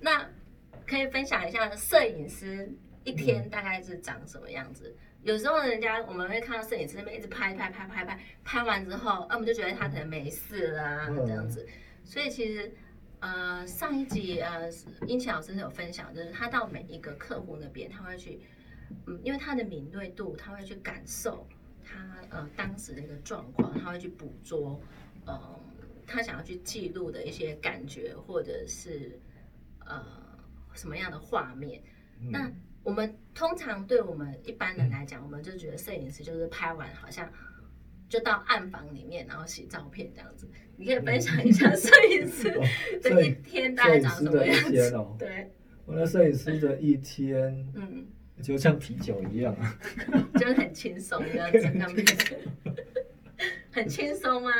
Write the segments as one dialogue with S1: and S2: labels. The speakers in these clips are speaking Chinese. S1: 那可以分享一下摄影师一天大概是长什么样子？有时候人家我们会看到摄影师那边一直拍拍拍拍拍，拍完之后，啊，我们就觉得他可能没事了啊、
S2: 嗯
S1: 这样子。所以其实呃上一集呃英奇老师有分享，就是他到每一个客户那边，他会去嗯，因为他的敏锐度，他会去感受他呃当时的一个状况，他会去捕捉，嗯、他想要去记录的一些感觉或者是呃什么样的画面。
S2: 嗯
S1: 那我们通常对我们一般人来讲，我们就觉得摄影师就是拍完好像就到暗房里面，然后洗照片这样子。你可以分享一下摄影师
S2: 哦
S1: 的一天大概长什么样
S2: 摄影师的一天
S1: 子
S2: 哦？
S1: 对，
S2: 我的摄影师的一天
S1: 嗯，
S2: 就像啤酒一样啊，
S1: 就是很轻松这样子，他们很轻松吗？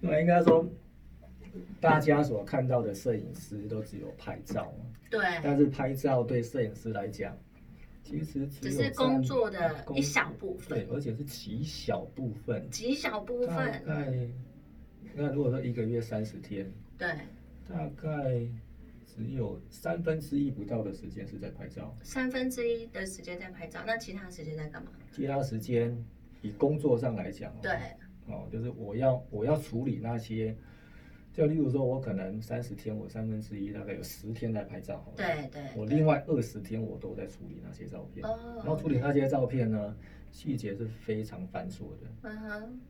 S2: 那应该说，大家所看到的摄影师都只有拍照嘛，
S1: 对，
S2: 但是拍照对摄影师来讲，其实只
S1: 只
S2: 有
S1: 是工作的
S2: 占工
S1: 一小部分
S2: 对，，而且是极小部分，
S1: 极小部
S2: 大
S1: 分。
S2: 概那如果说一个月三十天，
S1: 对，
S2: 大概只有三分之一不到的时间是在拍照，
S1: 三分之一的时间在拍照，那其他时间在干嘛？
S2: 其他时间以工作上来讲、哦，
S1: 对，
S2: 哦，就是我要我要处理那些，就例如说，我可能三十天，我三分之一大概有十天在拍照好了，
S1: 对对
S2: 我
S1: 对
S2: 另外二十天我都在处理那些照片，
S1: 哦
S2: 然后处理那些照片呢，细节是非常繁琐的，
S1: 嗯哼，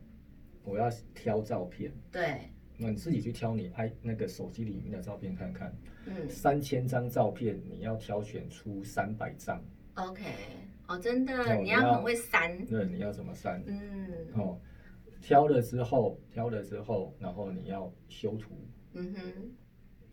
S2: 我要挑照片，
S1: 对，
S2: 那你自己去挑你拍那个手机里面的照片看看，
S1: 嗯
S2: 三千张照片你要挑选出三百张，
S1: ，OK，哦，真的，
S2: 哦
S1: 你
S2: 你
S1: 要
S2: 要
S1: 很会删，
S2: 那你要怎么删？
S1: 嗯
S2: 哦，挑了之后，挑了之后，然后你要修图。
S1: 嗯哼，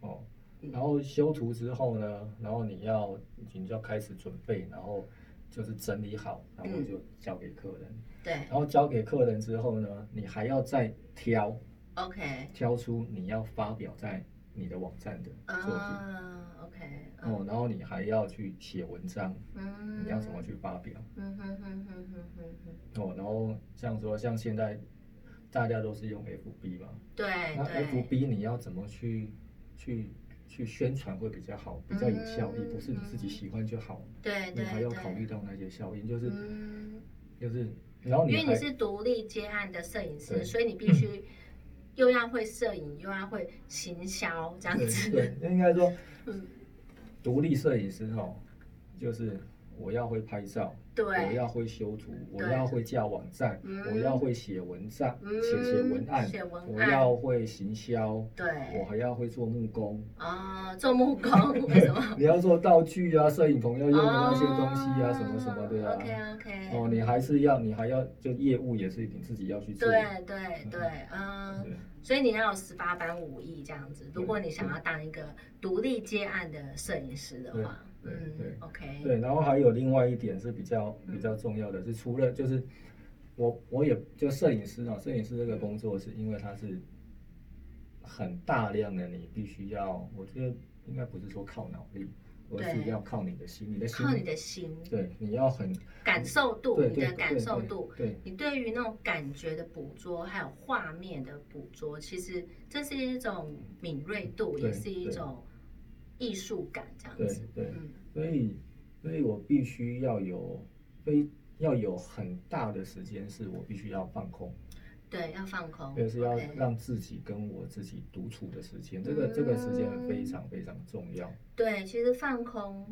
S2: 哦
S1: 嗯，
S2: 然后修图之后呢，然后你要你就要开始准备，然后就是整理好，然后
S1: 嗯
S2: 就交给客人。
S1: 对
S2: 然后交给客人之后呢，你还要再挑
S1: ，OK，
S2: 挑出你要发表在你的网站的作品。
S1: 啊，OK，
S2: 哦，，然后你还要去写文章，
S1: 嗯，
S2: 你要怎么？去发表？
S1: 嗯哼哼哼哼哼哼，
S2: 哦，然后像说像现在大家都是用 FB 嘛，
S1: 对
S2: 那
S1: 哎对，
S2: FB 你要怎么去去去宣传会比较好，比较有效益，
S1: 嗯
S2: 不是你自己喜欢就好。
S1: 对
S2: 你
S1: 对
S2: 还要考虑
S1: 对，
S2: 到那些效应，就是、
S1: 嗯。
S2: 就是，然后
S1: 因
S2: 你
S1: 为
S2: 还
S1: 你是独立接案的摄影师，
S2: 对
S1: 所以你必须又要会摄影，又要会行销这样
S2: 对
S1: 子。
S2: 对，那应该说
S1: 嗯，
S2: 独立摄影师哦，就是我要会拍照，我
S1: 对，
S2: 要会修图，我
S1: 对
S2: 要会架网站，
S1: 嗯
S2: 我要会写文章，
S1: 嗯
S2: 写写文案，
S1: 写文
S2: 我
S1: 案
S2: 要会行销，我
S1: 对，
S2: 还要会做木工，
S1: 哦，做木工为什么？
S2: 你要做道具啊，摄影棚要用的那些东西啊，
S1: 哦
S2: 什么什么的啊。
S1: OK OK。
S2: 哦，你还是要，你还要就业务也是你自己要去做。
S1: 对对对，嗯，
S2: 对
S1: 所以你要有十八般武艺这样子。如果你想要当一个独立接案的摄影师的话，
S2: 对对
S1: 嗯
S2: 对
S1: ，OK，
S2: 对，然后还有另外一点是比较比较重要的是，除了就是我我也就摄影师啊，摄影师这个工作是因为它是很大量的，你必须要，我觉得应该不是说靠脑力，而
S1: 对
S2: 是要靠你的心，你的心
S1: 靠，你的心
S2: 对，你要很
S1: 感受度，
S2: 对
S1: 你
S2: 对
S1: 的感
S2: 对
S1: 受
S2: 对
S1: 度，
S2: 对
S1: 你对于那种感觉的捕捉，还有画面的捕捉，其实这是一种敏锐度，
S2: 对
S1: 也是一种艺术感，这样
S2: 对
S1: 子。
S2: 对，
S1: 嗯，
S2: 所以所以我必须要有非要有很大的时间是我必须要放空。
S1: 对，要放空，
S2: 对，是要
S1: OK
S2: 让自己跟我自己独处的时间，这个这个时间非常非常重要。
S1: 对，其实放空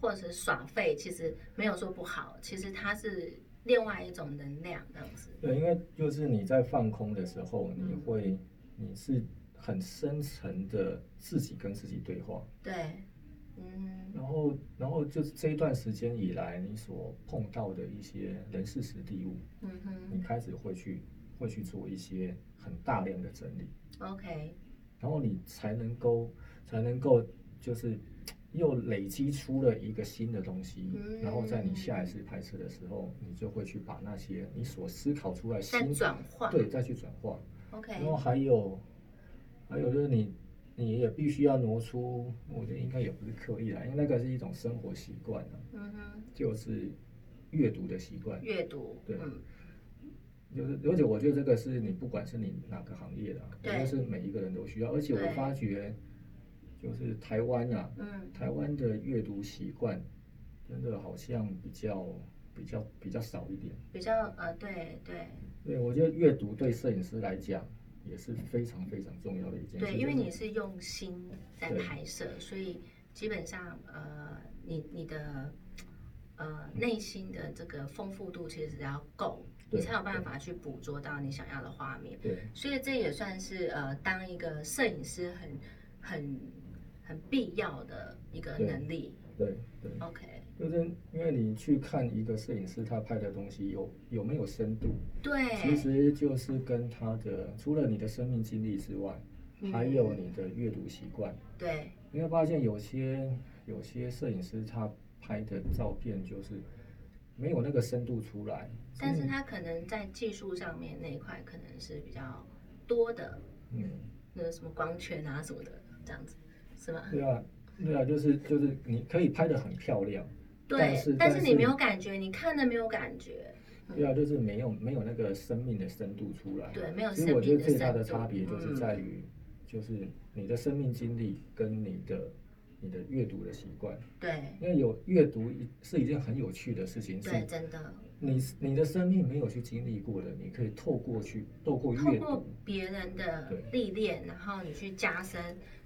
S1: 或者是耍废，其实没有说不好，其实它是另外一种能量，这样子。
S2: 对，因为就是你在放空的时候，你
S1: 嗯
S2: 会你是很深层的自己跟自己对话，
S1: 对，嗯，
S2: 然后然后就是这一段时间以来，你所碰到的一些人事实地物，
S1: 嗯
S2: 你
S1: 哼
S2: 开始会去会去做一些很大量的整理，
S1: ，OK，
S2: 然后你才能够才能够就是又累积出了一个新的东西，
S1: 嗯
S2: 然后在你下一次拍摄的时候，你就会去把那些你所思考出来
S1: 再
S2: 新
S1: 转换
S2: 对再去转化，然后
S1: ，OK，
S2: 还有还有就是你你也必须要挪出，我觉得应该也不是刻意啦，因为那个是一种生活习惯啊，
S1: 嗯哼，
S2: 就是阅读的习惯。
S1: 阅读，
S2: 对
S1: 嗯，
S2: 就是而且我觉得这个是你不管是你哪个行业的、啊，我觉
S1: 对
S2: 得是每一个人都需要。而且我
S1: 对
S2: 发觉，就是台湾啊，
S1: 嗯，
S2: 台湾的阅读习惯真的好像比较比较比较少一点。
S1: 比较呃，对对
S2: 对，我觉得阅读对摄影师来讲也是非常非常重要的一件事。
S1: 对，因为
S2: 就是
S1: 你是用心在
S2: 对
S1: 拍摄，所以基本上呃，你你的呃内心的这个丰富度其实要够，你
S2: 对
S1: 才有办
S2: 对
S1: 法去捕捉到你想要的画面。
S2: 对
S1: 所以这也算是呃，当一个摄影师很很很必要的一个
S2: 对
S1: 能力。
S2: 对对，
S1: OK，
S2: 就是因为你去看一个摄影师他拍的东西有有没有深度，其
S1: 对，
S2: 实就是跟他的除了你的生命经历之外，
S1: 嗯
S2: 还有你的阅读习惯。
S1: 对，
S2: 你会发现有些有些摄影师他拍的照片就是没有那个深度出来，
S1: 但
S2: 所
S1: 是
S2: 以
S1: 他可能在技术上面那一块可能是比较多的，
S2: 嗯，
S1: 那个什么光圈啊什么的，这样子是吗？
S2: 对啊对啊，就是就是你可以拍的很漂亮，但
S1: 对
S2: 是，
S1: 但
S2: 但
S1: 是
S2: 是
S1: 你没有感觉，你看了没有感觉？
S2: 对啊，就是没有没有那个生命的深度出来。
S1: 嗯对，没有
S2: 其
S1: 生
S2: 实我觉
S1: 命
S2: 得
S1: 深
S2: 最
S1: 度。
S2: 大的差别就是
S1: 嗯
S2: 在于，就是你的生命经历跟你的你的阅读的习惯，
S1: 对
S2: 因为有阅读一是一件很有趣的事情，是
S1: 对，真的，
S2: 你你的生命没有去经历过的，你可以透过去透过
S1: 透
S2: 阅
S1: 过
S2: 读，
S1: 别人的
S2: 对
S1: 历练，然后你去加深、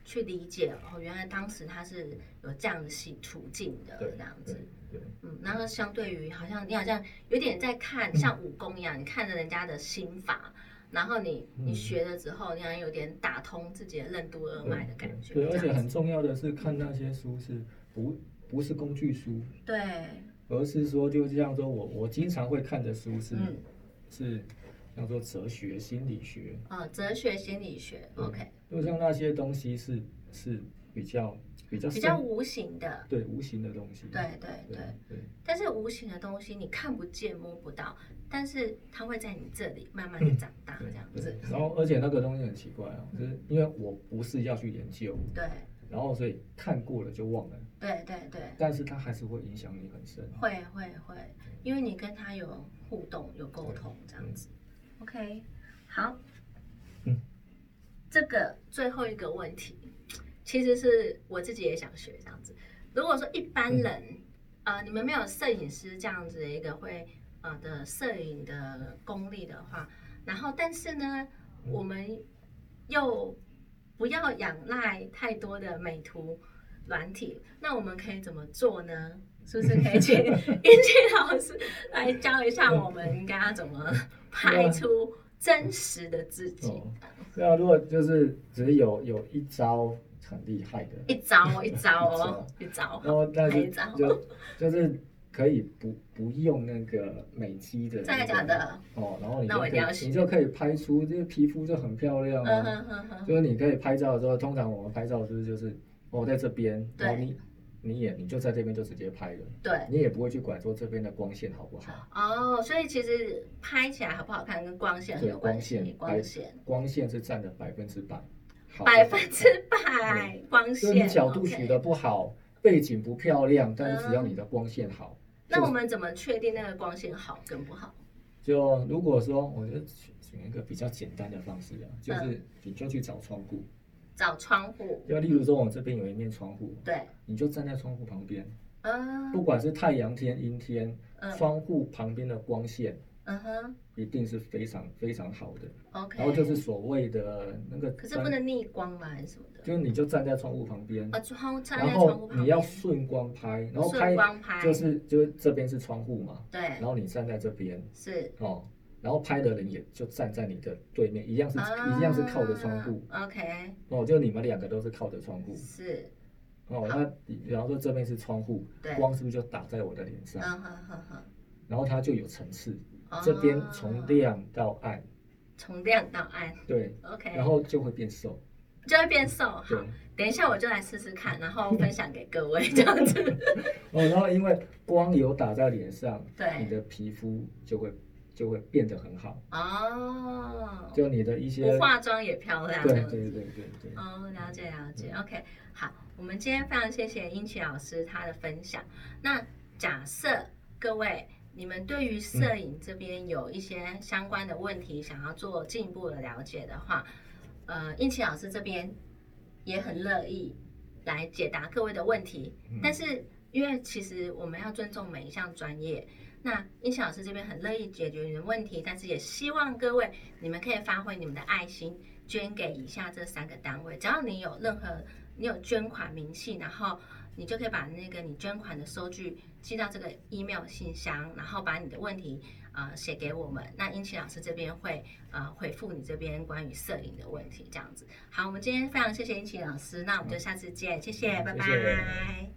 S1: 去理解哦，原来当时他是有这样的系处境的
S2: 对
S1: 呃这样
S2: 对
S1: 子。
S2: 对
S1: 嗯，然后相对于好像你好像有点在
S2: 嗯
S1: 看像武功一样，你看着人家的心法，然后你你
S2: 嗯
S1: 学了之后，你好像有点打通自己的任督二脉的感觉。
S2: 对，
S1: 这
S2: 而且
S1: 样
S2: 很
S1: 子
S2: 重要的是看那些书是不不是工具书，
S1: 对，
S2: 而是说就像说我我经常会看的书是、
S1: 嗯，
S2: 是像说哲学、心理学，
S1: 哦，哲学心理学
S2: 对
S1: ，OK，
S2: 就像那些东西是是比较比较
S1: 比较
S2: 深
S1: 无形的，
S2: 对无形的东西，
S1: 对对
S2: 对
S1: 对。
S2: 对
S1: 但是无形的东西你看不见摸不到，但是它会在你这里慢慢的长大，
S2: 嗯对
S1: 这样
S2: 对
S1: 子。
S2: 然后而且那个东西很奇怪哦，就是因为我不是要去研究，
S1: 对
S2: 然后所以看过了就忘了，
S1: 对对对，
S2: 但是它还是会影响你很深。
S1: 会会会，因为你跟他有互动、有沟通这样子。OK，好，
S2: 嗯
S1: 这个最后一个问题，其实是我自己也想学这样子。如果说一般
S2: 嗯
S1: 人，呃，你们没有摄影师这样子的一个会呃的摄影的功力的话，然后但是呢，
S2: 嗯
S1: 我们又不要仰赖太多的美图软体，那我们可以怎么做呢？是不是可以 请云奇老师来教一下我们应该要怎 么拍出真实的自己？
S2: 哦，对啊，如果就是只有有一招很厉害的，
S1: 一招哦，一招哦， 一招。
S2: 然后但
S1: 哪一
S2: 是
S1: 招
S2: 就就是可以不不用那个美肌的、
S1: 真的假 的？
S2: 哦，然后你
S1: 那
S2: 就
S1: 我
S2: 可
S1: 一定要
S2: 以
S1: 学
S2: 你就可以拍出这个皮肤就很漂亮
S1: 嗯
S2: 啊。
S1: 哼哼哼，
S2: 就是你可以拍照的时候，通常我们拍照是不是就是我在这边，
S1: 对
S2: 然后你你也你就在这边就直接拍了，
S1: 对。
S2: 你也不会去管说这边的光线好不好。
S1: 哦，所以其实拍起来好不好看跟光线很
S2: 对
S1: 有关系，
S2: 光
S1: 光
S2: 线哎
S1: 线
S2: 光线是占了百分之百，好
S1: 百
S2: 不好
S1: 分之百光
S2: 就是你
S1: 线。
S2: 角度
S1: OK 嗯
S2: 取得不好，背景不漂亮，但是只要你的光线好，
S1: 那我们怎么确定那个光线好跟不好？
S2: 就如果说我觉得选选一个比较简单的方式啊，
S1: 嗯
S2: 就是你就去找窗户，
S1: 找窗户，
S2: 就例如说我这边有一面窗户，
S1: 对，
S2: 你就站在窗户旁边，
S1: 嗯
S2: 不管是太阳天、阴天，
S1: 嗯
S2: 窗户旁边的光线
S1: 嗯哼
S2: 一定是非常非常好的。
S1: ，OK。
S2: 然后就是所谓的那个，
S1: 可是不，能逆光嘛，还是什么的？
S2: 就是你就站在窗户旁边，
S1: 啊，窗站
S2: 然
S1: 在窗户
S2: 后
S1: 旁
S2: 你要
S1: 边，
S2: 顺光拍，然后
S1: 顺
S2: 拍
S1: 光拍，
S2: 就是就是这边是窗户嘛，
S1: 对
S2: 然，后你站在这边
S1: 是
S2: 哦，然后拍的人也就站在你的对面，一样是、
S1: 啊
S2: 一样是靠着窗户
S1: ，OK，
S2: 哦，就你们两个都是靠着窗户
S1: 是，
S2: 哦，那比方说这边是窗户，
S1: 对，
S2: 光是不是就打在我的脸上？
S1: 嗯哼哼哼，
S2: 然后它就有层次，
S1: 哦
S2: 这边从亮到暗，
S1: 从亮到暗
S2: 对，
S1: ，OK，
S2: 然后就会变瘦，
S1: 就会变瘦。好
S2: 对，
S1: 等一下我就来试试看，然后分享给各位这样 子。
S2: 哦，然后因为光有打在脸上，你
S1: 对，
S2: 的皮肤就会就会变得很好，
S1: 哦，
S2: 就你的一些
S1: 不化妆也漂亮这
S2: 对
S1: 样
S2: 对
S1: 子。
S2: 对对对，
S1: 哦，了解了解，OK，好，我们今天非常谢谢英奇老师他的分享。那假设各位你们对于摄影这边有一些相关的问题，想要做进一步的了解的话，呃，应奇老师这边也很乐意来解答各位的问题。
S2: 嗯
S1: 但是因为其实我们要尊重每一项专业，那应奇老师这边很乐意解决你的问题，但是也希望各位你们可以发挥你们的爱心，捐给以下这三个单位。只要你有任何你有捐款明细，然后你就可以把那个你捐款的收据寄到这个 email 信箱，然后把你的问题呃写给我们，那英奇老师这边会呃回复你这边关于摄影的问题，这样子。好，我们今天非常谢谢英奇老师，那我们就下次见，谢谢，拜拜。
S2: 谢谢